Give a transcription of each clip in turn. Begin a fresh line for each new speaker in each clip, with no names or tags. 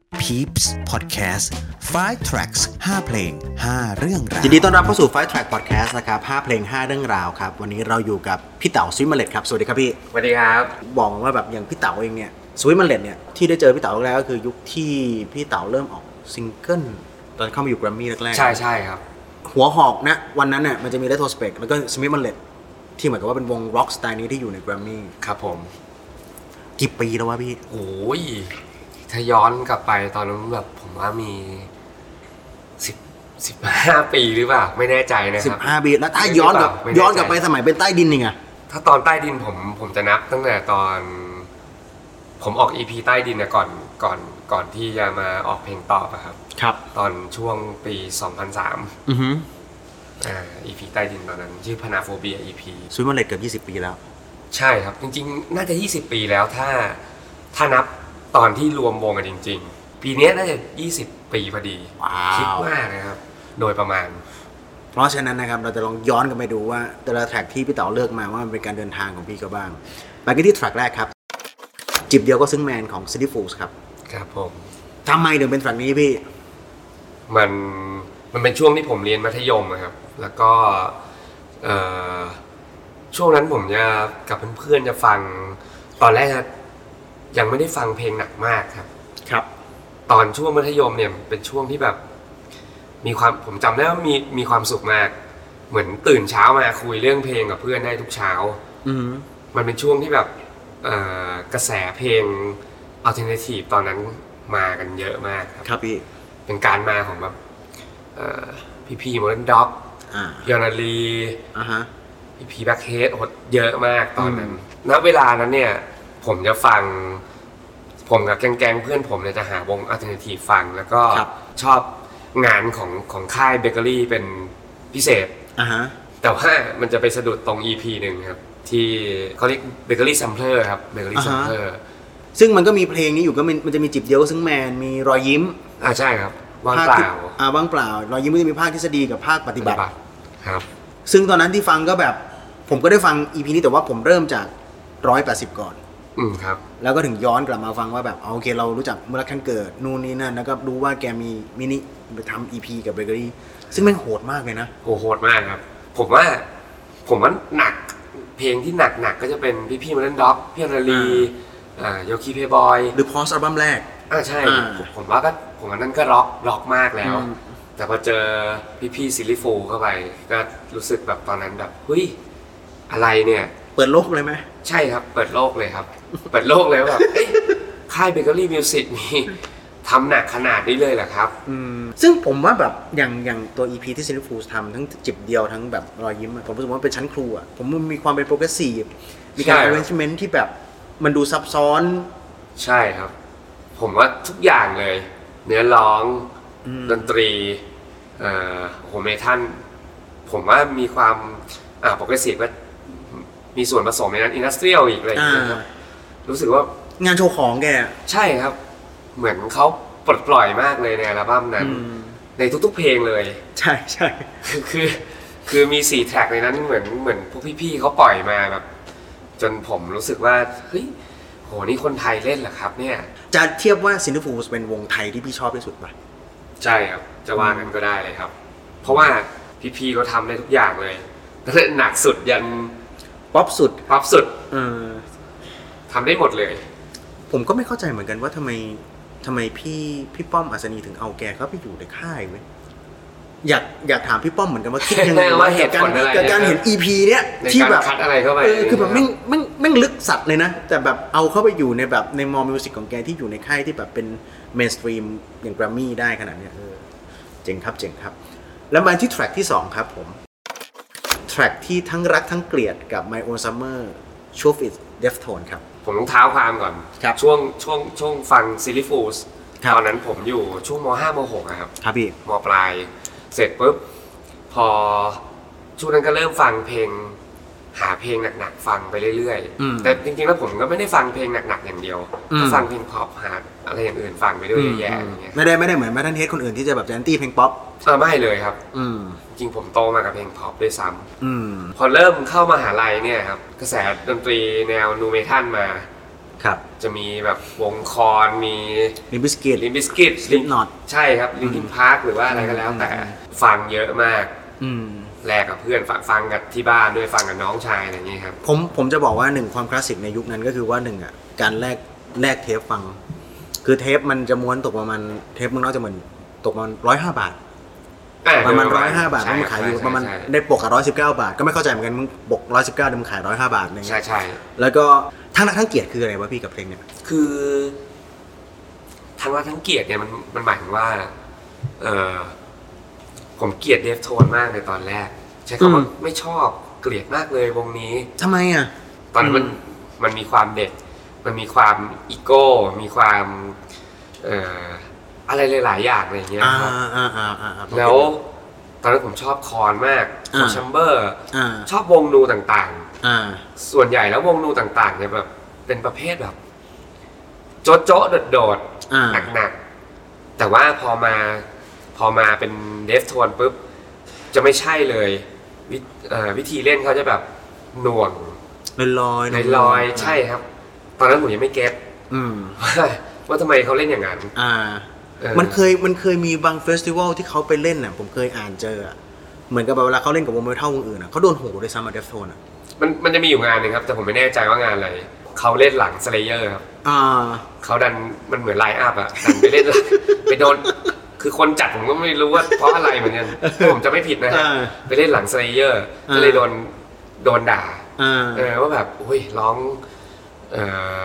Peeps Podcast 5 Tracks 5 เพลง 5 เรื่องราว
ยินดีต้อนรับเข้าสู่ Five Track Podcast นะครับ5เพลง 5 เรื่องราวครับ วันนี้เราอยู่กับพี่เต๋าซุยเมล็ดครับ สวัสดีครับพี่
สวัสดีครับ
บอกว่าแบบอย่างพี่เต๋าเองเนี่ยซุยเมล็ดเนี่ย ที่ได้เจอพี่เต๋าแรกๆก็คือยุคที่พี่เต๋าเริ่มออกซิงเกิลตอนเข้ามาอยู่แกรมมี่แรกๆ
ใช่ใช่ครับ
หัวหอกนะ วันนั้นน่ะมันจะมี Retrospect แล้วก็ Smith Mallet ที่เหมือนกับว่าเป็นวงร็อกสไตล์นี้ที่อยู่ในแกรมมี่
ครับผม
กี่ปีแล้ววะพี่
โอ้ยถ้าย้อนกลับไปตอนนั้นแบบผมว่ามีสิบสิบห้าปีหรือเปล่า ไม่แน่ใจนะครับ
15ปีแล้วถ้าย้อนกลับ
ไม่แน่ใจ
ย้อนกลับไปสมัยเป็นใต้ดินนี่ไง
ถ้าตอนใต้ดินผมผมจะนับตั้งแต่ตอน ผมออกอีพีใต้ดินนะก่อนก่อนก่อนที่จะมาออกเพลงตอบอะครับ
ครับ
ตอนช่วงปี 2003
อือฮึ
อ่าอีพีใต้ดินตอนนั้น ชื่อพนาโฟเบียอีพี
ซุยเมล็ดเกือบ20 ปีแล้ว
ใช่ครับ จริงๆ น่าจะ 20 ปีแล้วถ้าถ้านับตอนที่รวมวงกันจริง ๆ ปีเนี้ยน่าจะ 20 ปีพอดี
ว้าว
คิดมากนะครับ โดยประมาณ
เพราะฉะนั้นนะครับเราจะลองย้อนกันไปดูว่าแต่ละแทร็กที่พี่เต๋อเลือกมาว่ามันเป็นการเดินทางของพี่เขาบ้างไปกันที่แทร็กแรกครับ จิบเดียวก็ซึ้งแมนของ City Fools ครับ
ครับผม
ทำไมถึงเป็นแทร็กนี้พี่
มันมันเป็นช่วงที่ผมเรียนมัธยมอะครับ แล้วก็เอ่อช่วงนั้นผมจะกับเพื่อนๆจะฟัง ตอนแรกยังไม่ได้ฟังเพลงหนักมากครับ
ครับ
ตอนช่วงมัธยมเนี่ยเป็นช่วงที่แบบ มีความผมจำได้ว่ามีมีความสุขมาก เหมือนตื่นเช้ามาคุยเรื่องเพลงกับเพื่อนได้ทุกเช้า
อืม
มันเป็นช่วงที่แบบเอ่อกระแสเพลงอัลเทอร์เนทีฟตอนนั้นมากันเยอะมากครับ
ครับพี่
เป็นการมาของแบบพี่อพี่โมเดิร์นด็อก
อ่าย
อนาลี
อ่าฮะ
พี่พีแบ็คเฮดเยอะมากตอนนั้นณเวลานั้นเนี่ย ผมจะฟัง ผมกับแก๊งๆเพื่อนผมเนี่ยจะหาวงอัลเทอร์เนทีฟฟัง แล้วก็
ครับ
ชอบงานของของค่ายเบเกอรี่เป็นพิเศษ
อ่าฮะ
แต่ว่ามันจะไปสะดุดตรง EP หนึ่งครับ ที่เขาเรียกเบเกอรี่ซัมเพลอร์ครับเบเกอรี่
อ่าฮะ
ซัมเพลอร์
ซึ่งมันก็มีเพลงนี้อยู่ก็มันมันจะมีจิบเดียวก็ซึ้งแมนมีรอยยิ้ม
อ่าใช่ครับว่าง
ภค
เป
ที่
ล่า
อ่าว่างเปล่า รอยยิ้มก็จะมีภาคทฤษฎีกับภาคปฏิบัติ
ครับ
ซึ่งตอนนั้นที่ฟังก็แบบ ผมก็ได้ฟังอีพีนี้แต่ว่าผมเริ่มจาก180ก่อน
อืมครับ
แล้วก็ถึงย้อนกลับมาฟังว่าแบบเอาโอเคเรารู้จักเมื่อรักครั้งเกิดนู่นนี่นั่นแล้วก็รู้ว่าแกมีมินิทำอีพีกับเบเกอรี่ซึ่งแม่งโหดมากเลยนะ
โอ้โหดมากครับ ผมว่าผมว่าหนักเพลงที่หนักหนักๆก็จะเป็นพี่พี่มาเล่นด็อกพี่อนาลีอ่าโยคีเพย์บอย
หรือพอสอัลบั้มแรก
อ่าใช่
อ่า
ผมผมว่าก็ผมว่านั่นก็ร็อกร็อกมากแล้ว
อืม
แต่พอเจอพี่พี่ซิลลิโฟเข้าไป ก็รู้สึกแบบตอนนั้นแบบเฮ้ยอะไรเนี่ย
เปิดโลกเลยไหม
ใช่ครับ เปิดโลกเลยครับ เปิดโลกเลยว่าแบบเอ้ยค่ายเบเกอรี่มิวสิกมีทำหนักขนาดนี้เลยเหรอครับ
ซึ่งผมว่าแบบอย่างอย่างตัว EP ที่ซิลิฟูสทำทั้งจิบเดียวทั้งแบบรอยยิ้มอะผมรู้สึกว่าเป็นชั้นครูอะผมมันมีความเป็นโปรเกรสซีฟมีการ
ใช่
arrangement ที่แบบมันดูซับซ้อน
ใช่ครับ ผมว่าทุกอย่างเลย เนื้อร้องดนตรีเอ่อโหเมทันผมว่ามีความอ่าปกติก็มีส่วนผสมในนั้นอินดัสเทรียลอีกอะไรอย่าง
อ่า
เงี้ยครับรู้สึกว่าง
านโชว์ของแกอะ
ใช่ครับ เหมือนเขาปลดปล่อยมากเลยในอัลบั้มนั้น ในทุกๆเพลงเลย
ใช่ใช่
คือคือคือมีสี่แทร็กในนั้นเหมือนเหมือนพวกพี่ๆเขาปล่อยมาแบบ จนผมรู้สึกว่าเฮ้ยโหนี่คนไทยเล่นเหรอครับ เนี่ย
จะเทียบว่าซิลิฟูสเป็นวงไทยที่พี่ชอบที่สุดปะ
ใช่ครับ จะว่างั้นก็ได้เลยครับ เพราะว่าพี่พีเขาทำได้ทุกอย่างเลยตั้งแต่หนักสุดยัน
ป๊อปสุด
ป๊อปสุด
เออ
ทำได้หมดเลย
ผมก็ไม่เข้าใจเหมือนกันว่าทำไมทำไมพี่พี่ป้อมอัศนีถึงเอาแกเข้าไปอยู่ในค่ายเว้ยอยากอยากถามพี่ป้อมเหมือนกันว่าคิดยังไง
ว่าเหตุผลอะไร
กับการเห็น EP เนี้ย
ใน
ที่
การ
แบบ
คัดอะไรเข้าไป
เออคือแบบแม่งแม่งแม่งลึกสัตว์เลยนะ แต่แบบเอาเข้าไปอยู่ในแบบในมอมิวสิกของแกที่อยู่ในค่ายที่แบบเป็นเมนสตรีมอย่างแกรมมี่ได้ขนาดเนี้ยเออเจ๋งครับเจ๋งครับ แล้วมาที่แทร็กที่ 2 ครับผมแทร็กที่ทั้งรักทั้งเกลียดกับ My Own Summer s h o w It Deftone ครับ
ผมต้องเท้าความก่อน
ครับ
ช่วงช่วงช่วงฟังซิลิฟูส
ครับ
ตอนนั้นผมอยู่ช่วงมห้ามหกอะครับ
ครับพี่
มปลายเสร็จปุ๊บ พอช่วงนั้นก็เริ่มฟังเพลง หาเพลงหนักๆฟังไปเรื่อย
อืม
ๆ แต่จริงๆแล้วผมก็ไม่ได้ฟังเพลงหนักๆอย่างเดียว
อืม
ก็ฟังเพลงพอปหาอะไรอย่างอื่นฟังไปด้วยเยอะแยะอย่างเงี้ย
ไม่ได้ไม่ได้เหมือนแมทเทนเฮดคนอื่นที่จะแบบแอนตี้เพลงป๊อป
เออไม่เลยครับ
อืม
จริงๆผมโตมากับเพลงพอปด้วยซ้ำ
อืม
พอเริ่มเข้ามาหาลัยเนี่ยครับ กระแสดนตรีแนวนูเมทัลมา
ครับ
จะมีแบบวงคอน มี
ลิมบิสกิต
ลิมบิสกิต
Slipknot
ใช่ครับลิมบินพาร์คหรือว่าอะไรก็แล้วแต่ฟังเยอะมาก
อืม
แลกกับเพื่อนฟังฟังกับที่บ้านด้วยฟังกับน้องชายอะไรอย่างเงี้ยครับ
ผมผมจะบอกว่าหนึ่งความคลาสสิกในยุคนั้นก็คือว่าหนึ่งอ่ะการแลกแลกเทปฟัง คือเทปมันจะม้วนตกประมาณเทปมันนอกจะเหมือนตกประมาณร้อยห้าบาท ประมาณร้อยห้าบาทมันขายอยู่ประมาณได้ปกกับร้อยสิบเก้าบาท ก็ไม่เข้าใจเหมือนกันมึงปกร้อยสิบเก้ามึงขายร้อยห้าบาทเนี่ย
ใช่ใช่
แล้วก็ทั้งรักทั้งเกลียดคืออะไรวะพี่กับเพลงเนี่ย
คือทั้งว่าทั้งเกลียดเนี่ยมันมันหมายถึงว่า เออผมเกลียดเดฟโทนมากในตอนแรก ใช้คำว่า
อืม
ไม่ชอบเกลียดมากเลยวงนี้
ทำไมอ่ะ
ตอนนั้นมัน
อืม
มันมีความเด็ก มันมีความอีโก้ มีความ เอ่ออะไรหลายๆอย่างอะไรอย่างเงี้ย
อ่า
ครับ
อ่าอ่าอ่าอ่า
แล้วตอนนั้นผมชอบคอนมาก
อ่า
แชมเบอร์
อ่า
ชอบวงนูต่าง
อ่า
ๆ ส่วนใหญ่แล้ววงนูต่างๆเนี่ยแบบเป็นประเภทแบบโจ๊ะโจ๊ะโดด
อ่า
ๆหนักๆ แต่ว่าพอมาพอมาเป็นเดฟโทนปุ๊บ จะไม่ใช่เลยวิเอ่อวิธีเล่นเขาจะแบบหน่วง
ลอยลอย
ในรอยใช่ครับ ตอนนั้นผมยังไม่เก็ต
อืม
ว่าว่าทำไมเขาเล่นอย่างนั้น
อ่า
ออ
มันเคยมันเคยมีบางเฟสติวัลที่เขาไปเล่นน่ะผมเคยอ่านเจออ่ะเหมือนกับแบบเวลาเขาเล่นกับวงเมทัลวงอื่นอ่ะเขาโดนโหด้วยซ้ำมาเดฟโทนอ่ะ
มันมันจะมีอยู่งานหนึ่งครับ แต่ผมไม่แน่ใจว่างานอะไรเขาเล่นหลังสเลเยอร์ครับ
อ่า
เขาดันมันเหมือนไลน์อัพอะดันไปเล่น หลัง ไปโดนคือคนจัดผมก็ไม่รู้ว่าเพราะอะไรเหมือนกันถ้าผมจะไม่ผิดนะฮะ
อ่า
ไปเล่นหลังสเลเยอร์
อ่า
ก็เลยโดนโดนด่า
อ่า
เออว่าแบบอุ้ยร้องเอ่อ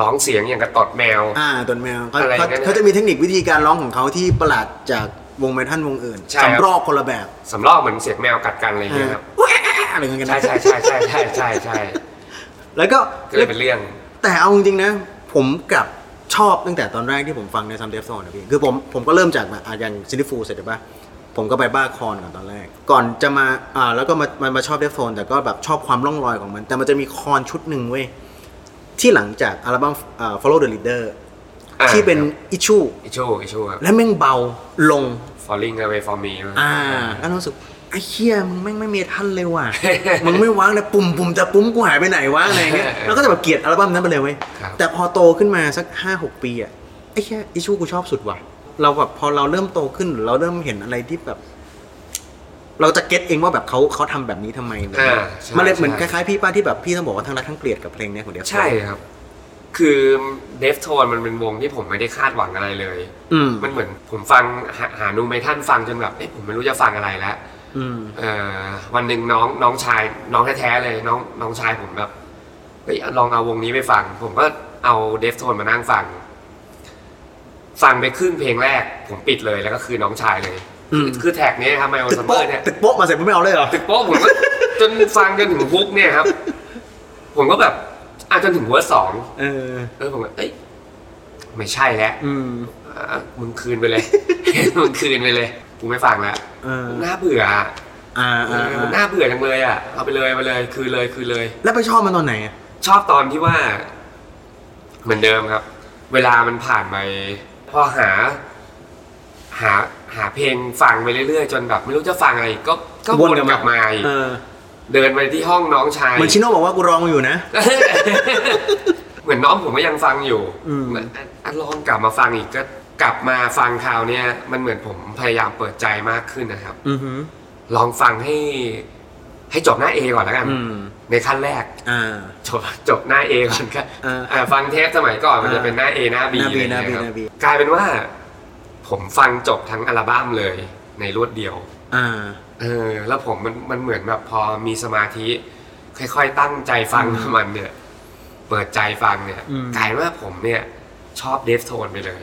ร้องเสียงอย่างกระตอดแมว
อ่าตัวแมวเขา
อะไรอย่างนั้
เขา
น
เขาจะมีเทคนิควิธีการร้องของเขาที่ประหลาดจากวงเมทัลวงอื่น
ใช่ครับ
สำรอกคนละแบบ
สำรอกเหมือนเสียงแมวกัดกันอะไรอย่างเงี้ยครับ
อะไร เงี้ยกัน
ใช่
นะ
ใช่ใช่ใช่ใช่ใช่ใช่
แล้วก็
ก็เลยเป็นเรื่อง
แต่เอาจริงๆนะ ผมกลับชอบตั้งแต่ตอนแรกที่ผมฟังในซัมเดฟโซนนะพี่คือผมผมก็เริ่มจากแบบอ่ะอย่างซินิฟูเสร็จใช่ปะผมก็ไปบ้าคอนก่อนตอนแรก ก่อนจะมาอ่าแล้วก็มามามาชอบเดฟโซนแต่ก็แบบชอบความร่องรอยของมัน แต่มันจะมีคอนชุดหนึ่งเว้ยที่หลังจากอัลบั้มอ่า follow the leader
อ่า
ที่เป็นอิชู
อิชูอิชูครับ
และแม่งเบาลง
falling away from me
อ่าแล้วรู้สึกไอ้เคียมึงแม่งไม่เมทันเลย ว่ะ มึงไม่ว้างเลยปุ่มปุ่มแต่ปุ่มกูหายไปไหนวะอะไร เงี้ยแล้วก็จะแบบเกลียดอัลบั้มนั้นไปเลยเว้ย
ครับ
แต่พอโตขึ้นมาสักห้าหกปีอ่ะไอ้เคียอิชูกูชอบสุดว่ะ เราแบบพอเราเริ่มโตขึ้นหรือเราเริ่มเห็นอะไรที่แบบ เราจะเก็ตเองว่าแบบเขาเขาทำแบบนี้ทำไมแบบเนี้
อ่า
ย
ใช่
มันเลยเหมือนค
ใช่
ล้ายๆพี่ป้าที่แบบพี่ต้องบอกว่าทั้งรักทั้งเกลียดกับเพลงเนี้ยของเดียว
ใช่ครับ คือเดฟโทนมันเป็นวงที่ผมไม่ได้คาดหวังอะไรเลย
อืม
มันเหมือนผมฟังหาหานูไมท่านฟังจนแบบเอ๊ะผมไม่รู้จะฟังอะไรแล้ว
อืม
เอ่อวันหนึ่งน้องน้องชาย น้องแท้ๆเลยน้องน้องชายผมแบบเฮ้ยลองเอาวงนี้ไปฟัง ผมก็เอาเดฟโทนมานั่งฟัง ฟังไปครึ่งเพลงแรก ผมปิดเลยแล้วก็คือน้องชายเลย คือคือแท็กเนี้ยครับไมโอ
ตึก
ซัมเมอ
โป๊ะ
ร์เนี่ย
ตึกโป๊ะมาเสร็จมึงไม่เอาเลยเหรอ
ตึกโป๊ะผมก็ จนฟังจนถึงฮุกเนี่ยครับ ผมก็แบบอ่ะจนถึงหัวสอง
เออ
เออผมก็เอ้ยไม่ใช่แล้ว
อืม
อ่ะมึงคืนไป เลย มึงคืนไปเลยกูไม่ฟังแล้ว
เออ
น่าเบื่ออ่ะ
อ่า
เอ
อ่า
อมัน
อ่า
น่าเบื่อจังเลยอ่ะเอาไปเลยเอาไปเลยคืนเลยคืนเลย
แล้วไปชอบมันตอนไหนอะ
ชอบตอนที่ว่า เหมือนเดิมครับ เวลามันผ่านไปพอหา หาหาเพลงฟังไปเรื่อยๆ จนแบบไม่รู้จะฟังอะไรอีกก็ก็วนกลับมาอีก
เออ
เดินไปที่ห้องน้องชาย
เหมือนชิโน่บอกว่ากูร้องมาอยู่นะ
เหมือนน้องผมก็ยังฟังอยู่
อืม
เหมือนอ่ะอ่ะลองกลับมาฟังอีกก็กลับมาฟังคราวเนี้ยมันเหมือนผมพยายามเปิดใจมากขึ้นนะครับ
อืม
ลองฟังให้ ให้จบหน้า A ก่อนแล้วกัน
อืม
ในขั้นแรก
อ่า
จบจบหน้า A ก่อนครับ
อ่า
อ่าฟังเทปสมัยก่อนมันจะเป็นหน้า A หน้า B
หน้า B
อะไรอย่างเงี้ย
หน้า B
ค
ห
รั
น้า B
กลายเป็นว่า ผมฟังจบทั้งอัลบั้มเลยในรวดเดียว
อ่า
เออแล้วผมมันมันเหมือนแบบพอมีสมาธิ ค่อยๆตั้งใจฟังมันเนี่ย เปิดใจฟังเนี่ย
อืม
กลายว่าผมเนี่ย ชอบเดฟโทนไปเลย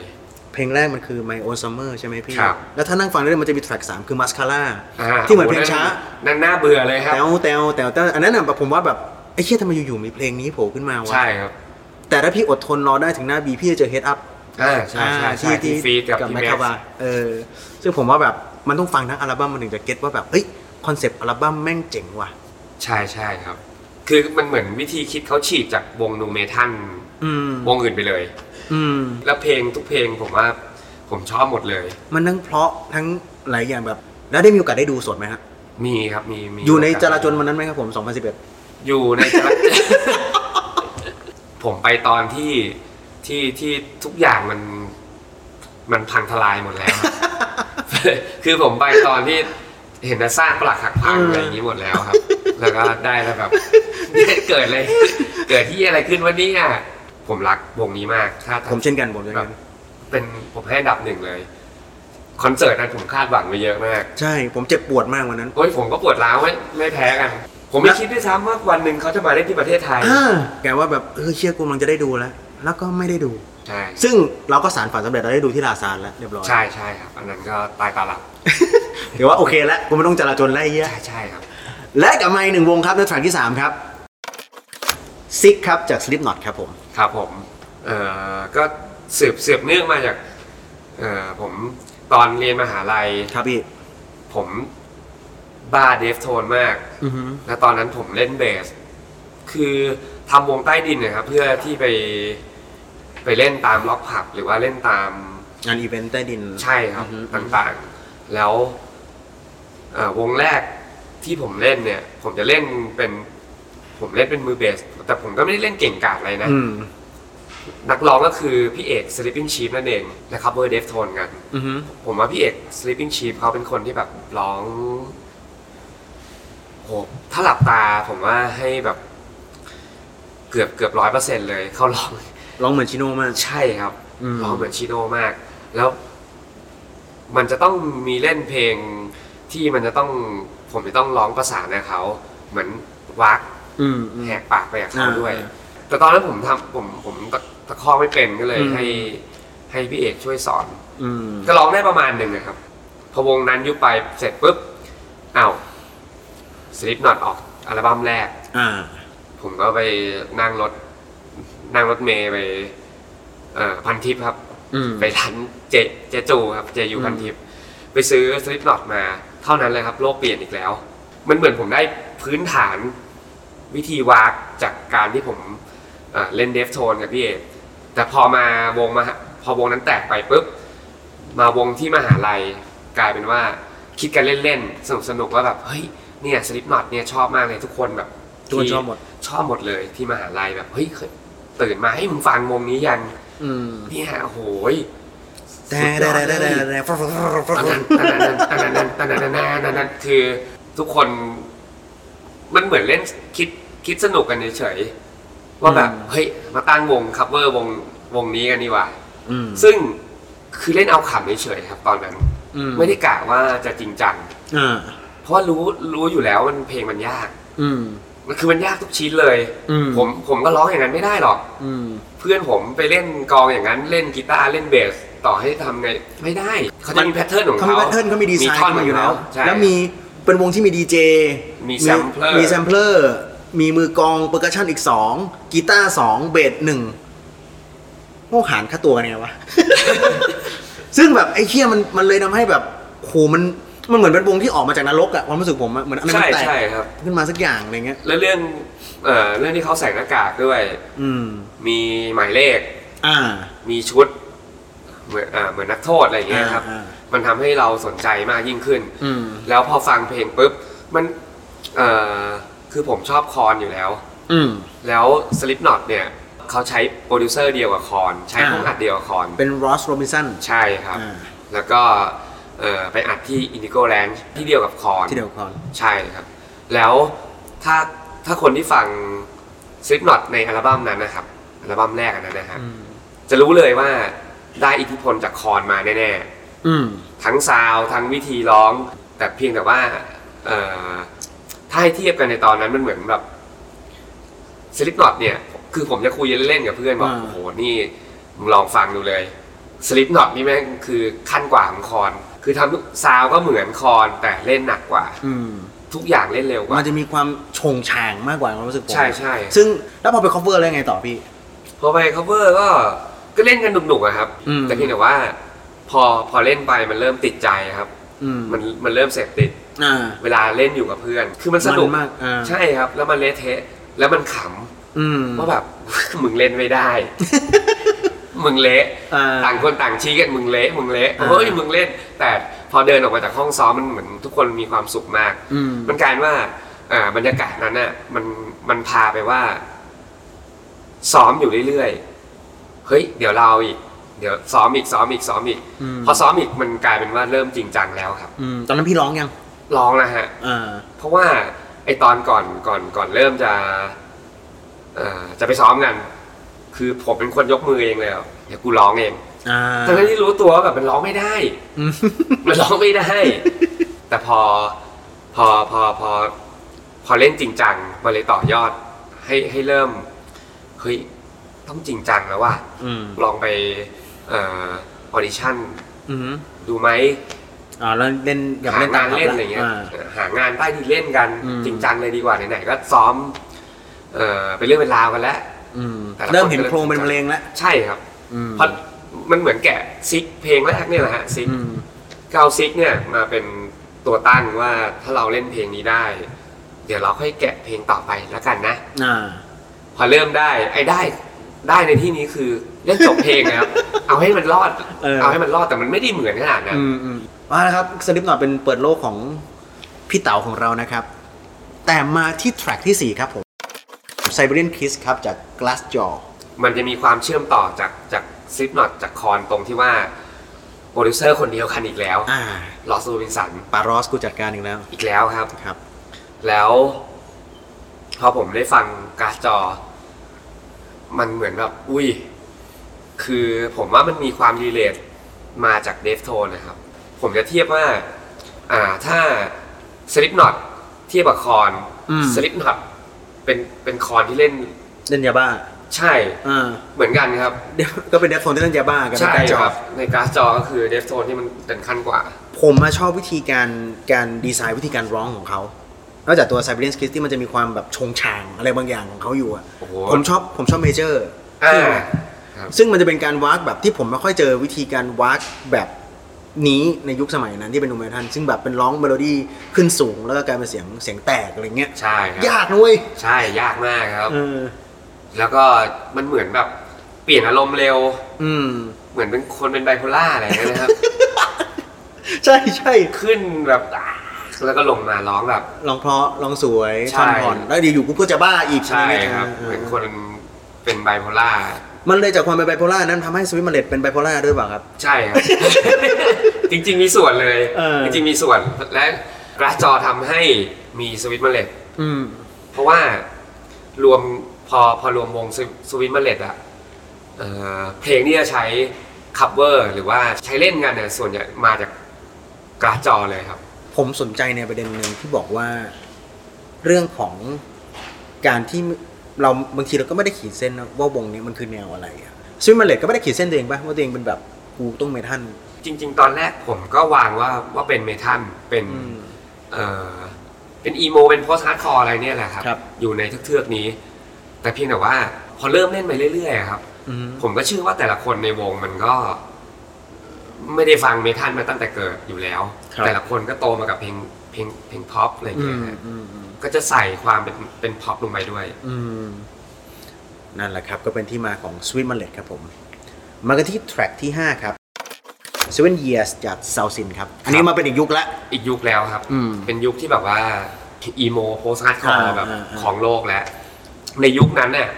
เพลงแรกมันคือ My Own Summer ใช่ไหมพี่
ครับ
แล้วถ้านั่งฟังด้วยมันจะมีแทร็กสามคือ Mascara
อ่า
ที่เหมือนเพลงช้า
นนั่นน่าเบื่อเลยครับ
แตวแตวแตวแตวอันนั้นน่ะแบบผมว่าแบบ ไอ้เชี่ยทำไมอยู่ๆมีเพลงนี้โผล่ขึ้นมาวะ
ใช่ครับ
แต่ถ้าพี่อดทนรอได้ถึงหน้า B พี่จะเจอ Head Up
อ่าใช่ใช่ใช่
ที่
ที่ฟีดกับที่
แมค
แม็ก
คา
ซ์
วาเออ ซึ่งผมว่าแบบมันต้องฟังทั้งอัลบั้มมันถึงจะเก็ตว่าแบบเฮ้ยคอนเซปต์อัลบั้มแม่งเจ๋งว่ะ
ใช่ใช่ครับ คือมันเหมือนวิธีคิดเขาฉีกจากวงนูเมทัน
อืม
วงอื่นไปเลย
อืม
แล้วเพลงทุกเพลงผมว่าผมชอบหมดเลย
มันทั้งเพราะทั้งหลายอย่างแบบ แล้วได้มีโอกาสได้ดูสดไหมครับ
มีครับมีมี
อยู่ในจราจ
น
นวันนั้นไหมครับผม 2011
อยู่ในจราจร ผมไปตอนที่ที่ที่ทุกอย่างมันมันพังทลายหมดแล้ว คือผมไปตอนที่เห็นแต่สร้างปลักหักพังอะไรอย่างนี้หมดแล้วครับ แล้วก็ได้แล้วแบบ เนี่ยเกิดอะไรเกิดที่อะไรขึ้นวะเนี่ยผมรักวงนี้มากถ้า
ผมเช่นกันผมเช่น
แบ
กับ น
เป็นผมให้อันดับหนึ่งเลย คอนเสิร์ตนั้นผมคาดหวังไปเยอะมาก
ใช่ผมเจ็บปวดมากวันนั้น
เฮ้ยผมก็ปวดร้าวไม่ไม่แพ้กัน ผมไม่คิดด้วยซ้ำว่าวันหนึ่งเขาจะมาเล่นที่ประเทศไทย
อ่าแกว่าแบบเออเชื่อกูมันจะได้ดูแล้ว แล้วก็ไม่ได้ดู
ใช่
ซึ่งเราก็สารฝันสำเร็จเราได้ดูที่ลาซานแล้วเรียบร้อย
ใช่ใช่ครับ อันนั้นก็ตายตาหลับ
ถือว่าโอเคแล้วกูไม่ต้องจราจนไล่เหี้ย
ใช่ใช่ครับ
และกลับไมาอีกหนึ่งวงครับในทรักที่สามครับซิกครับจากสลิปน็อตครับผม
ครับผม เอ่อ ก็สืบสืบเนื่องมาจาก เอ่อ ผมตอนเรียนมหาลัย
ครับพี่
ผมบ้าเดฟโทนมาก แล้วตอนนั้นผมเล่นเบส คือทำวงใต้ดินนะครับ เพื่อที่ไปไปเล่นตามล็อกผับหรือว่าเล่นตาม
งานอีเวนต์ใต้ดิน
ใช่ครับ
อือฮึ
ต่างๆ แล้วเอ่อวงแรกที่ผมเล่นเนี่ย ผมจะเล่นเป็น ผมเล่นเป็นมือเบส แต่ผมก็ไม่ได้เล่นเก่งกาจอะไรนะ
อืม
นักร้องก็คือพี่เอก Sleeping Chief นั่นเองนะครับเบอร์เดฟโทนกัน
อือฮึ
ผมว่าพี่เอก Sleeping Chief เขาเป็นคนที่แบบร้องโหถ้าหลับตาผมว่าให้แบบเกือบเกือบร้อยเปอร์เซ็นต์เลยเขาร้อง
ร้องเหมือนชิโน่มาก
ใช่ครับ
อืม
ร้องเหมือนชิโน่มาก แล้ว มันจะต้องมีเล่นเพลงที่มันจะต้อง ผมจะต้องร้องประสานกับเขา เหมือนวัก
อืมอืม
แหกปากไปกับเขา
อ่า
ด้วย แต่ตอนนั้นผมทำผมผมตะตะคอกไม่เป็นก็เลย
อืม
ให้ให้พี่เอกช่วยสอน
อืม
ก็ร้องได้ประมาณหนึ่งนะครับ พอวงนั้นยุบไปเสร็จปุ๊บอ้าวสลิปน็อตออกอัลบั้มแรก
อ่า
ผมก็ไปนั่งรถนั่งรถเมย์ไปเอ่อพันทิพย์ครับ
อืม
ไปร้านเจเจจูครับเจยูพันทิพย์ไปซื้อสลิปน็อตมา เท่านั้นเลยครับ โลกเปลี่ยนอีกแล้ว มันเหมือนผมได้พื้นฐานวิธีวากจากการที่ผมเอ่อเล่นเดฟโทนกับพี่เอกแต่พอมาวงมาพอวงนั้นแตกไปปุ๊บ มาวงที่มหาลัยกลายเป็นว่าคิดกันเล่นๆ สนุกๆว่าแบบเฮ้ยเนี่ยสลิปน็อตเนี่ยชอบมากเลยทุกคนแบบ
ทุกคน
ที่
ชอบหมด
ชอบหมดเลยที่มหาลัยแบบเฮ้ยเคยตื่นมาให้ยมึงฟังวงนี้ยัง
อืม
เนี่ยโหย
แต่แต่แต่แต่แต่
ตอนนั้นตอนนั้นตอนนั้นตอนนั้นตอนนั้นตอนนั้นคือทุกคน มันเหมือนเล่นคิดคิดสนุกกันเฉยๆว่าแบบเฮ้ยมาตั้งวงคัฟเวอร์วงวงนี้กันดีกว่า
อืม
ซึ่งคือเล่นเอาขำเฉยๆครับ ตอนนั้น
อืม
ไม่ได้กะว่าจะจริงจัง
อ่า
เพราะว่ารู้รู้อยู่แล้วมันเพลงมันยาก
อืม
มันคือมันยากทุกชิ้นเลย
อืม
ผมผมก็ร้องอย่างนั้นไม่ได้หรอก
อืม
เพื่อนผมไปเล่นกลองอย่างนั้นเล่นกีตาร์เล่นเบสต่อให้ทำไงไม่ได้ เขาจะมีแพทเทิร์นของ
เขา
เขา
มีแพทเทิร์นเขามีดีไซน์
ท่อน
เขามาอยู่แล้ว
ใช่
แล้วมีเป็นวงที่มีดีเจ
มี sampler
มีแซมเพลอร์มีมือกลองเปอร์คัชชั่นอีกสองกีตาร์สองเบสหนึ่งโอ้หารค่าตัวกันไงวะ ซึ่งแบบไอ้เคียมันมันเลยทำให้แบบโหมันมันเหมือนเป็นวงที่ออกมาจากนรกอะความรู้สึกผมอะเหมือนอะไรมัน
ใช่
แตก
ใช่ครับ
ขึ้นมาสักอย่างอะไรเงี้ย
แล้วเรื่องเอ่อเรื่องที่เขาใส่หน้ากากด้วย
อืม
มีหมายเลข
อ่า
มีชุด เหมือนอ่าเหมือนนักโทษอะไรอย่างเงี้ยครับ
อ่าอ่
มันทำให้เราสนใจมากยิ่งขึ้น
อืม
แล้วพอฟังเพลงปุ๊บมันเอ่อคือผมชอบคอนอยู่แล้ว
อืม
แล้วสลิปน็อตเนี่ยเขาใช้โปรดิวเซอร์เดียวกับคอนใช้ห้อง
อ่า
อัดเดียวกับคอน
เป็นรอสโรบินสัน
ใช่ครับ
อ่า
แล้วก็เอ่อไปอัดที่ Indigo Ranch ที่เดียวกับคอน
ที่เดียวกับคอน
ใช่ครับ แล้วถ้าถ้าคนที่ฟัง s l i p k n o t ในอัลบั้มนั้นนะครับ อัลบั้มแรกอันนั้นนะครับจะรู้เลยว่าได้อิทธิพลจากคอนมาแน่
อืม
ๆ ทั้งซาวด์ทั้งวิธีร้อง แต่เพียงแต่ว่าเอ่อถ้าให้เทียบกันในตอนนั้นมันเหมือนแบบ s l i p k n o t เนี่ย คือผมจะคุยเล่นๆกับเพื่อนบอก
อ่า
โอ้โหนี่มึงลองฟังดูเลย สลิปน็อตนี่แม่งคือขั้นกว่าของคอน คือทำซาวก็เหมือนคอนแต่เล่นหนักกว่า
อืม
ทุกอย่างเล่นเร็วกว่า
มันจะมีความชงชางมากกว่าความรู้สึกผม
ใช่ใช่
ซึ่งแล้วพอไป cover แล้วยังไงต่อพี่
พอไป cover ก็ก็เล่นกันหนุกๆอะครับ
อืม
แต่เพียงแต่ว่า พอพอเล่นไปมันเริ่มติดใจครับ
อืม
มันมันเริ่มเสพติด
อ่า
เวลาเล่นอยู่กับเพื่อน คือมันสนุก
มันมากอ่า
ใช่ครับ แล้วมันเละเทะแล้วมันขำ
อืม
ว่าแบบ มึงเล่นไม่ ได้ มึงเละ
อ่า
ต่างคนต่างชี้กันมึงเละมึงเละ
อ่า
เฮ้ยมึงเล่น แต่พอเดินออกมาจากห้องซ้อมมันเหมือนทุกคนมีความสุขมาก
อืม
มันกลายว่าอ่าบรรยากาศนั้นน่ะมันมันพาไปว่า ซ้อมอยู่เรื่อยๆ เฮ้ย เดี๋ยวเราเอาอีก เดี๋ยวซ้อมอีกซ้อมอีกซ้อมอีก พอซ้อมอีกมันกลายเป็นว่าเริ่มจริงจังแล้วครับ
อืมตอนนั้นพี่ร้องยัง
ลองนะฮะ
อ่า
เพราะว่าไอตอนก่อนก่อนก่อนเริ่มจะเอ่อจะไปซ้อมกัน คือผมเป็นคนยกมือเองเลยอะเดี๋ยวกูร้องเอง
อ่า
ทั้งๆที่รู้ตัวว่าแบบมันร้องไม่ได้
อืม
มันร้องไม่ได้ แต่พอพอพอพอพอเล่นจริงจังมาเลยต่อยอด ให้ให้เริ่มเฮ้ยต้องจริงจังแล้วว่า
อืม
ลองไปเออดิชั่น
อืม
ดูไหม
อ่าแล้วเล่นอย่า
หา
เล่นตางผั
าม น
บ
เล่น
ละ
อะไรเงี้ย
า
หางานได้ที่เล่นกัน
อืม
จริงจังเลยดีกว่าไหนๆก็ซ้อมเออเป็นเรื่องเวลาวกันแล้ว
อืม
แต่ละ
เริ่มเห็น
คนก็
โครงเป็นมะเร็งแล้ว
ใช่ครับ
อืม
เพราะมันเหมือนแกะซิกเพลงแรกเนี่ยแหละฮะซิก
อืม
เกาซิกเนี่ยมาเป็นตัวตั้งว่าถ้าเราเล่นเพลงนี้ได้ เดี๋ยวเราค่อยแกะเพลงต่อไปแล้วกันนะ
อ่า
พอเริ่มได้ไอ้ได้ได้ในที่นี้คือเล่นจบเพลงนะครับ เอาให้มันรอด
เออ
ให้มันรอดแต่มันไม่ได้เหมือนขนาดนั้น
อืมอืมว่านะครับสลิปหน่อยเป็นเปิดโลกของพี่เต๋าของเรานะครับ แต่มาที่แทร็กที่ 4 ครับผม Siberian Kiss ครับจาก Glassjaw
มันจะมีความเชื่อมต่อจากจากซิปนอตจากคอนตรงที่ว่าโปรดิวเซอร์คนเดียวกันอีกแล้ว
อ่า
ลอสโรบินสัน
ปารอสกูจัดการอีกแล้ว
อีกแล้วครับ
ครับ
แล้ว พอผมได้ฟังการ์ดจอ มันเหมือนแบบ อุ้ย คือผมว่ามันมีความรีเลทมาจากเดฟโทนนะครับ ผมจะเทียบว่า อ่าถ้าสลิปน็อตเทียบกับคอน
อืม
สลิปน็อตเป็นเป็นคอนที่เล่น
เล่นยาบ้า
ใช่
อ่า
เหมือนกันครับ
เดี๋ยวก็เป็นเดฟโทนที่เล่นยาบ้ากัน
ใช่
นะ
ครับ ในการ์ดจอก็คือเดฟโทนที่มันเป็นขั้นกว่า
ผมมาชอบวิธีการการดีไซน์วิธีการร้องของเขานอกจากตัว Siberian Kiss ที่มันจะมีความแบบชงชางอะไรบางอย่างของเขาอยู่อะ
โอ้โห
ผมชอบผมชอบเมเจอร์
อ่าครับ
ซึ่งมันจะเป็นการวากแบบที่ผมไม่ค่อยเจอวิธีการวากแบบนี้ในยุคสมัยนั้นที่เป็นนูเมทันซึ่งแบบเป็นร้องเมโลดี้ขึ้นสูงแล้วก็กลายเป็นเสียงเสียงแตกอะไรเงี้ย
ใช่ครับ
ยากนะเว้ย
ใช่ยากมากครับ
เออ
แล้วก็มันเหมือนแบบ เปลี่ยนอารมณ์เร็ว
อืม
เหมือนเป็นคนเป็นไบโพล่าอะไรอย่างเงี้ย นะครับ
ใช่ใช่
ขึ้นแบบอ่าแล้วก็ลงมาร้องแบบ
ลองเพราะลองสวย
ใช่
ฟันผ่อนแล้วเดี๋ยวอยู่กูก็จะบ้าอีก
ใช่ครับ
เออ
เหมือนคนเป็นไบโพล่า
มันเลยจากความเป็นไบโพล่านั้นทำให้สวิตมาเลตเป็นไบโพล่าด้วยเปล่าครับ
ใช่ครับ จริง ๆ มีส่วนเลย
เออ
จริง ๆ มีส่วนและกระจอทำให้มีสวิตช์เมล็ด
อืม
เพราะว่ารวมพอพอรวมวงสวิสวิตช์เมล็ดอะเอ่อเพลงที่จะใช้คัฟเวอร์ หรือว่าใช้เล่นกันเนี่ยส่วนใหญ่มาจากกระจอเลยครับ
ผมสนใจในประเด็นหนึ่งที่บอกว่าเรื่องของการที่เราบางทีเราก็ไม่ได้ขีดเส้นนะว่าวงเนี้ยมันคือแนวอะไรอะซึ่งมันเลดก็ไม่ได้ขีดเส้นตัวเองปะว่าตัวเองเป็นแบบกูต้องเมทัล
จริง ๆ ตอนแรกผมก็วางว่าว่าเป็นเมทัลเป็น
อืม
เอ่อเป็นอีโมเป็นโพสฮาร์ดคอร์อะไรเนี่ยแหละครับ
ครับ
อยู่ในเทือกๆนี้ แต่เพียงแต่ว่าพอเริ่มเล่นไปเรื่อยๆอะครับ
อืม
ผมก็เชื่อว่าแต่ละคนในวงมันก็ ไม่ได้ฟังเมทัลมาตั้งแต่เกิดอยู่แล้ว แต่ละคนก็โตมากับเพลงเพลงเพลงพ็อปอะไรอย่าง
อื
เงี้ย
ม
ฮะ
อืมอืม
ก็จะใส่ความเป็นเป็นพ็อปลงไปด้วย
อืมนั่นแหละครับก็เป็นที่มาของสวิตมันเลดครับผม มากันที่แทร็กที่ 5 ครับ Seven Years จากซาวซินครับ อันนี้มาเป็นอีกยุคละ
อีกยุคแล้วครับ
อืม
เป็นยุคที่แบบว่าอีโมโพสฮาร์ดคอ
อ่า
ร์แบบ
อ่าอ่า
ของโลกแล้ว ในยุคนั้นเนี่ย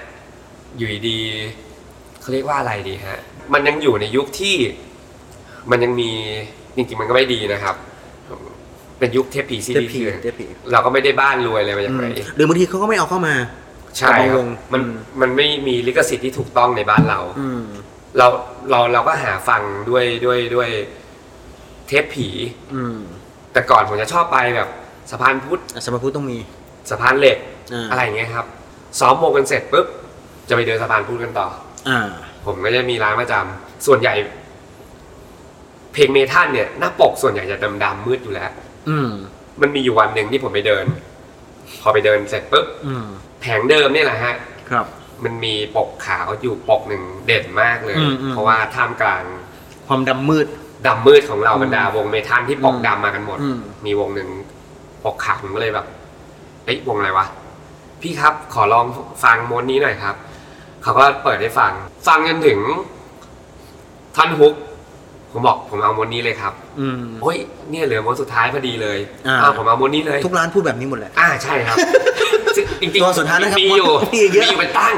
อยู่ดีๆเขาเรียกว่าอะไรดีฮะ มันยังอยู่ในยุคที่มันยังมีจริงๆมันก็ไม่ดีนะครับ เป็นยุคเทปผีซี
เท
ดี
พีเทพี
เราก็ไม่ได้บ้านรวยอะไรมาจากไหน
หรือบางทีเขาก็ไม่เอาเข้ามา
ใช่ค
เอา
รั
ล
บ
ง
มันมันไม่มีลิขสิทธิ์ที่ถูกต้องในบ้านเรา
อืม
เราเราเราก็หาฟังด้วยด้วยด้วยเทปผี
อืม
แต่ก่อนผมจะชอบไปแบบสะพานพุทธ
อ่ะสมรพูต้องมี
สะพานเหล็ก
อ่า
อะไรอย่างเงี้ยครับซ้อมวงกันเสร็จปุ๊บจะไปเดินสะพานพูดกันต่อ
อ่า
ผมก็จะมีร้านประจำส่วนใหญ่ เพลงเมทัลเนี่ยหน้าปกส่วนใหญ่จะดำดำๆมืดอยู่แล้ว
อืม
มันมีอยู่วันหนึ่งที่ผมไปเดิน พอไปเดินเสร็จปุ๊บ
อืม
แผงเดิมเนี่ยแหละฮะ
ครับ
มันมีปกขาวอยู่ปกหนึ่งเด่นมากเลย
อืมอืม
เพราะว่าท่ามกลาง
ความดำมืด
ดำมืดของเราบรรดาวงเมทัลที่ปก
อืม
ดำมากันหมด
อืม
มีวงหนึ่งปกขาวผมก็เลยแบบเอ้ยวงอะไรวะ พี่ครับขอลองฟังโมดนี้หน่อยครับ เขาก็เปิดให้ฟัง ฟังจนถึงท่อนฮุก ผมบอกผมเอาโมดนี้เลยครับ
อืม
โอ้ยเนี่ยเหลือโมดสุดท้ายพอดีเลย
อ่า
วผมเอาโมดนี้เลย
ทุกร้านพูดแบบนี้หมดแหละ
อ่าใช่ครับซึ่งจริง
ตัวสุดท้ายนะครับ
มีอยู่
มีเยอะ
มีอยู่เป็นตั้ง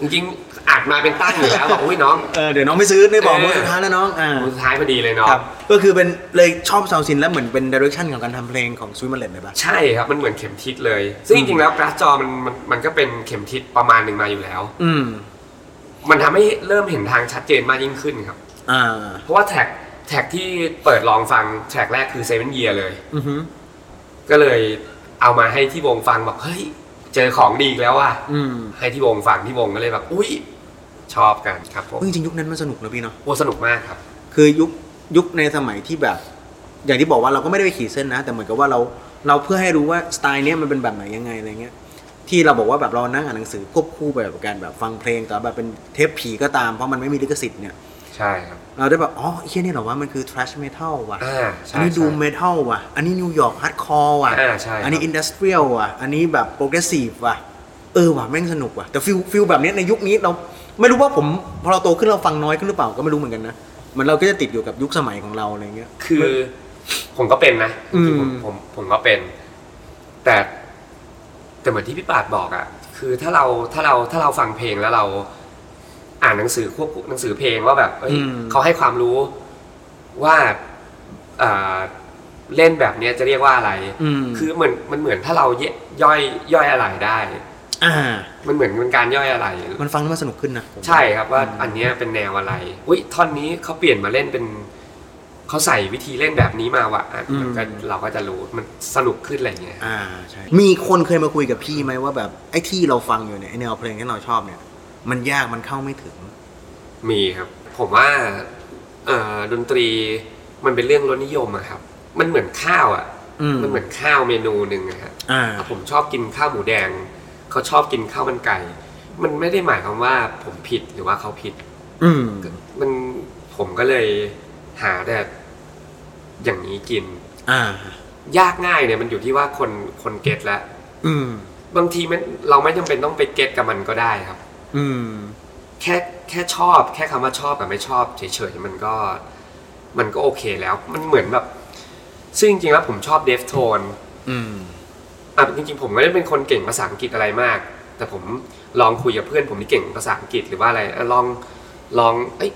จริงๆอัดมาเป็นตั้งอยู่แล้วบอกอุ้ยน้อง
เออเดี๋ยวน้องไม่ซื้อได้บอก
เออ
มือสุดท้ายแล้วน้องอ่า
มือสุดท้ายพอดีเลยน้อง
ครับก็คือเป็นเลยชอบซาวซินแล้วเหมือนเป็นดิเรกชันของการทำเพลงของซุยมันเล็ดเลยปะ
ใช่ครับมันเหมือนเข็มทิศเลย ซึ่งจริงๆแล้วกราฟจอมันมันมันก็เป็นเข็มทิศประมาณหนึ่งมาอยู่แล้ว
อืม
มันทำให้เริ่มเห็นทางชัดเจนมากยิ่งขึ้นครับ
อ่า
เพราะว่าแท็กแท็กที่เปิดลองฟังแท็กแรกคือเซเว่นเยียเลย
อือหือ
ก็เลยเอามาให้ที่วงฟังแบบเฮ้ย เจอของดีอีกแล้วว่ะ
อืม
ให้ที่วงฟังที่วงก็เลยแบบ อุ้ยชอบกันครับผม
เฮ้ยจริงๆยุคนั้นมันสนุกนะพี่เนาะ
โอ้สนุกมากครับ
คือยุคยุคในสมัยที่แบบ อย่างที่บอกว่าเราก็ไม่ได้ไปขีดเส้นนะ แต่เหมือนกับว่าเราเราเพื่อให้รู้ว่าสไตล์เนี้ยมันเป็นแบบไหนยังไงอะไรเงี้ย ที่เราบอกว่าแบบเรานั่งอ่านหนังสือควบคู่ไปกับการแบบฟังเพลงแต่แบบเป็นเทปผีก็ตามเพราะมันไม่มีลิขสิทธิ์เนี่ย
ใช่ครับ
เราได้แบบอ๋อไอ้เฮียนี่เหรอว่ามันคือ thrash metal ว่ะ
อ่า
อั
ใช่
นนี้ดู
ใช่
เมทัลว่ะ อันนี้นิวยอร์กฮาร์ดคอร์ว่ะ
อ่าใช่ครับ
อันนี้อินดัสเทรียลว่ะ อันนี้แบบโปรเกรสซีฟว่ะ เออว่ะแม่งสนุกว่ะ แต่ฟิลฟิลแบบเนี้ยในยุคนี้เราไม่รู้ว่าผมพอเราโตขึ้นเราฟังน้อยขึ้นหรือเปล่าก็ไม่รู้เหมือนกันนะเหมันเราก็จะติดอยู่กับยุคสมัยของเราอะไรเงี้ย
คือผมก็เป็นนะ
อืม
ผมผมผมก็เป็น แต่ แต่เหมือนที่พี่ปาดบอกอะ่ะ คือถ้าเราถ้าเราถ้าเราฟังเพลงแล้วเรา อ่านหนังสือควบคู่หนังสือเพลงว่าแบบเอ้ย
อืม
เขาให้ความรู้ว่าอ่าเล่นแบบเนี้ยจะเรียกว่าอะไร
อืม
คือเหมือนมันเหมือนถ้าเราเยย่อยย่อยอะไรได้
อ่า
มันเหมือนเป็นการย่อยอะไร
มันฟังแล้วมันสนุกขึ้นนะผม
ใช่ครับว่าอันเนี้ยเป็นแนวอะไร อุ้ยท่อนนี้เขาเปลี่ยนมาเล่นเป็นเขาใส่วิธีเล่นแบบนี้มาว่ะอ่ะมันก็เราก็จะรู้มันสนุกขึ้นอะไรอย่างเงี้ย
อ่าใช่มีคนเคยมาคุยกับพี่ไหมว่าแบบไอ้ที่เราฟังอยู่เนี่ยไอ้แนวเพลงที่เราชอบเนี่ย มันยากมันเข้าไม่ถึง
มีครับ ผมว่าเอ่อดนตรีมันเป็นเรื่องรสนิยมอะครับ มันเหมือนข้าวอะ
อืม
มันเหมือนข้าวเมนูหนึ่งอะครับ
อ่า
ผมชอบกินข้าวหมูแดงเขาชอบกินข้าวมันไก่ มันไม่ได้หมายความว่าผมผิดหรือว่าเขาผิด
อืม
มันผมก็เลยหาแต่อย่างนี้กิน
อ่า
ยากง่ายเนี่ยมันอยู่ที่ว่าคนคนเก็ตแล้ว
อืม
บางทีมันเราไม่จำเป็นต้องไปเก็ตกับมันก็ได้ครับ
อืม
แค่แค่ชอบแค่คำว่าชอบกับไม่ชอบเฉยๆมันก็มันก็โอเคแล้ว มันเหมือนแบบ ซึ่งจริงๆแล้วผมชอบเดฟโทน
อืม
อ่ะจริงๆผมไม่ได้เป็นคนเก่งภาษาอังกฤษอะไรมาก แต่ผมลองคุยกับเพื่อนผมที่เก่งภาษาอังกฤษหรือว่าอะไรอ่ะลองลองเอ้ย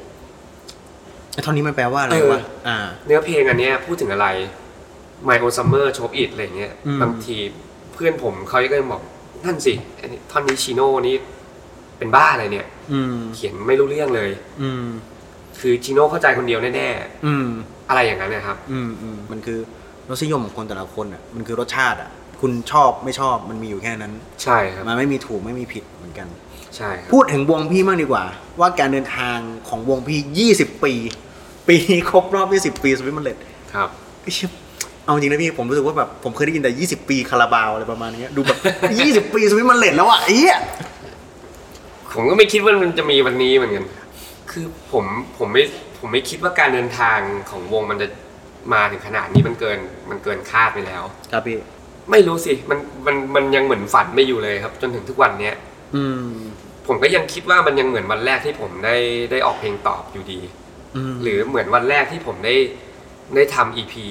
ไอ้ท่อนนี้มันแปลว่าอะไร
เออ
วะ อ่า
เนื้อเพลงอันเนี้ยพูดถึงอะไร My Own Summer Chop It อะไรเงี้ย
อืม
บางทีเพื่อนผมเขาก็ยังบอกนั่นสิอันนี้ท่อนนี้ชิโน่นี่เป็นบ้าอะไรเนี่ย
อืม
เขียนไม่รู้เรื่องเลย
อืม
คือชิโน่เข้าใจคนเดียวแน่
อืม
ๆ อะไรอย่างนั้นนะครับ
อืม อืม มันคือรสนิยมของคนแต่ละคนอ่ะ มันคือรสชาติอ่ะ คุณชอบไม่ชอบมันมีอยู่แค่นั้น
ใช่ครับ
มันไม่มีถูกไม่มีผิดเหมือนกัน
ใช่ครับ
พูดถึงวงพี่มากดีกว่า ว่าการเดินทางของวงพี่ 20 ปี ปีนี้ครบรอบ 20 ปีสวิตมันเลด
ครับ
ไอ้เชี่ยเอาจริงนะพี่ผมรู้สึกว่าแบบผมเคยได้ยินแต่ 20 ปีคาราบาวอะไรประมาณเนี้ยดูแบบ 20 ปีสวิตมันเลดแล้วอ่ะไอ้เหี้ย
ผมก็ไม่คิดว่ามันจะมีวันนี้เหมือนกัน คือผมผมไม่ผมไม่คิดว่าการเดินทางของวงมันจะมาถึงขนาดนี้มันเกินมันเกินคาดไปแล้ว
ครับพี่
ไม่รู้สิมันมันมันยังเหมือนฝันไม่อยู่เลยครับ จนถึงทุกวันเนี้ย
อืม
ผมก็ยังคิดว่ามันยังเหมือนวันแรกที่ผมได้ได้ออกเพลงตอบอยู่ดี
อืม
หรือเหมือนวันแรกที่ผมได้ได้ทำอีพี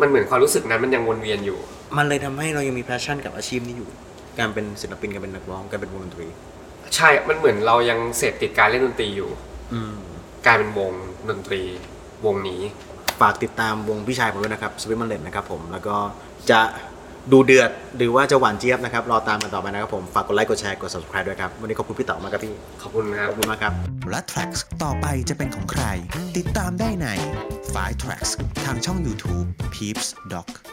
มันเหมือนความรู้สึกนั้นมันยังวนเวียนอยู่
มันเลยทำให้เรายังมี passion กับอาชีพนี้อยู่ การเป็นศิลปิน การเป็นนักร้อง การเป็นวงดนตรี
ใช่ มันเหมือนเรายังเสพติดการเล่นดนตรีอยู่
อืม
กลายเป็นวงดนตรีวงนี้
ฝากติดตามวงพี่ชายผมด้วยนะครับสวิตมันเลนนะครับผม แล้วก็จะดูเดือด หรือว่าจะหวานเจี๊ยบนะครับ รอตามกันต่อไปนะครับผม ฝากกดไลค์ กดแชร์ กด subscribe ด้วยครับ วันนี้ขอบคุณพี่เต๋อมากครับพี่
ขอบคุณครั
ข
บ
อบคุณมากครับ
และ Tracks ต่อไปจะเป็นของใคร ติดตามได้ใน f i Tracks ทางช่อง YouTube Peeps Doc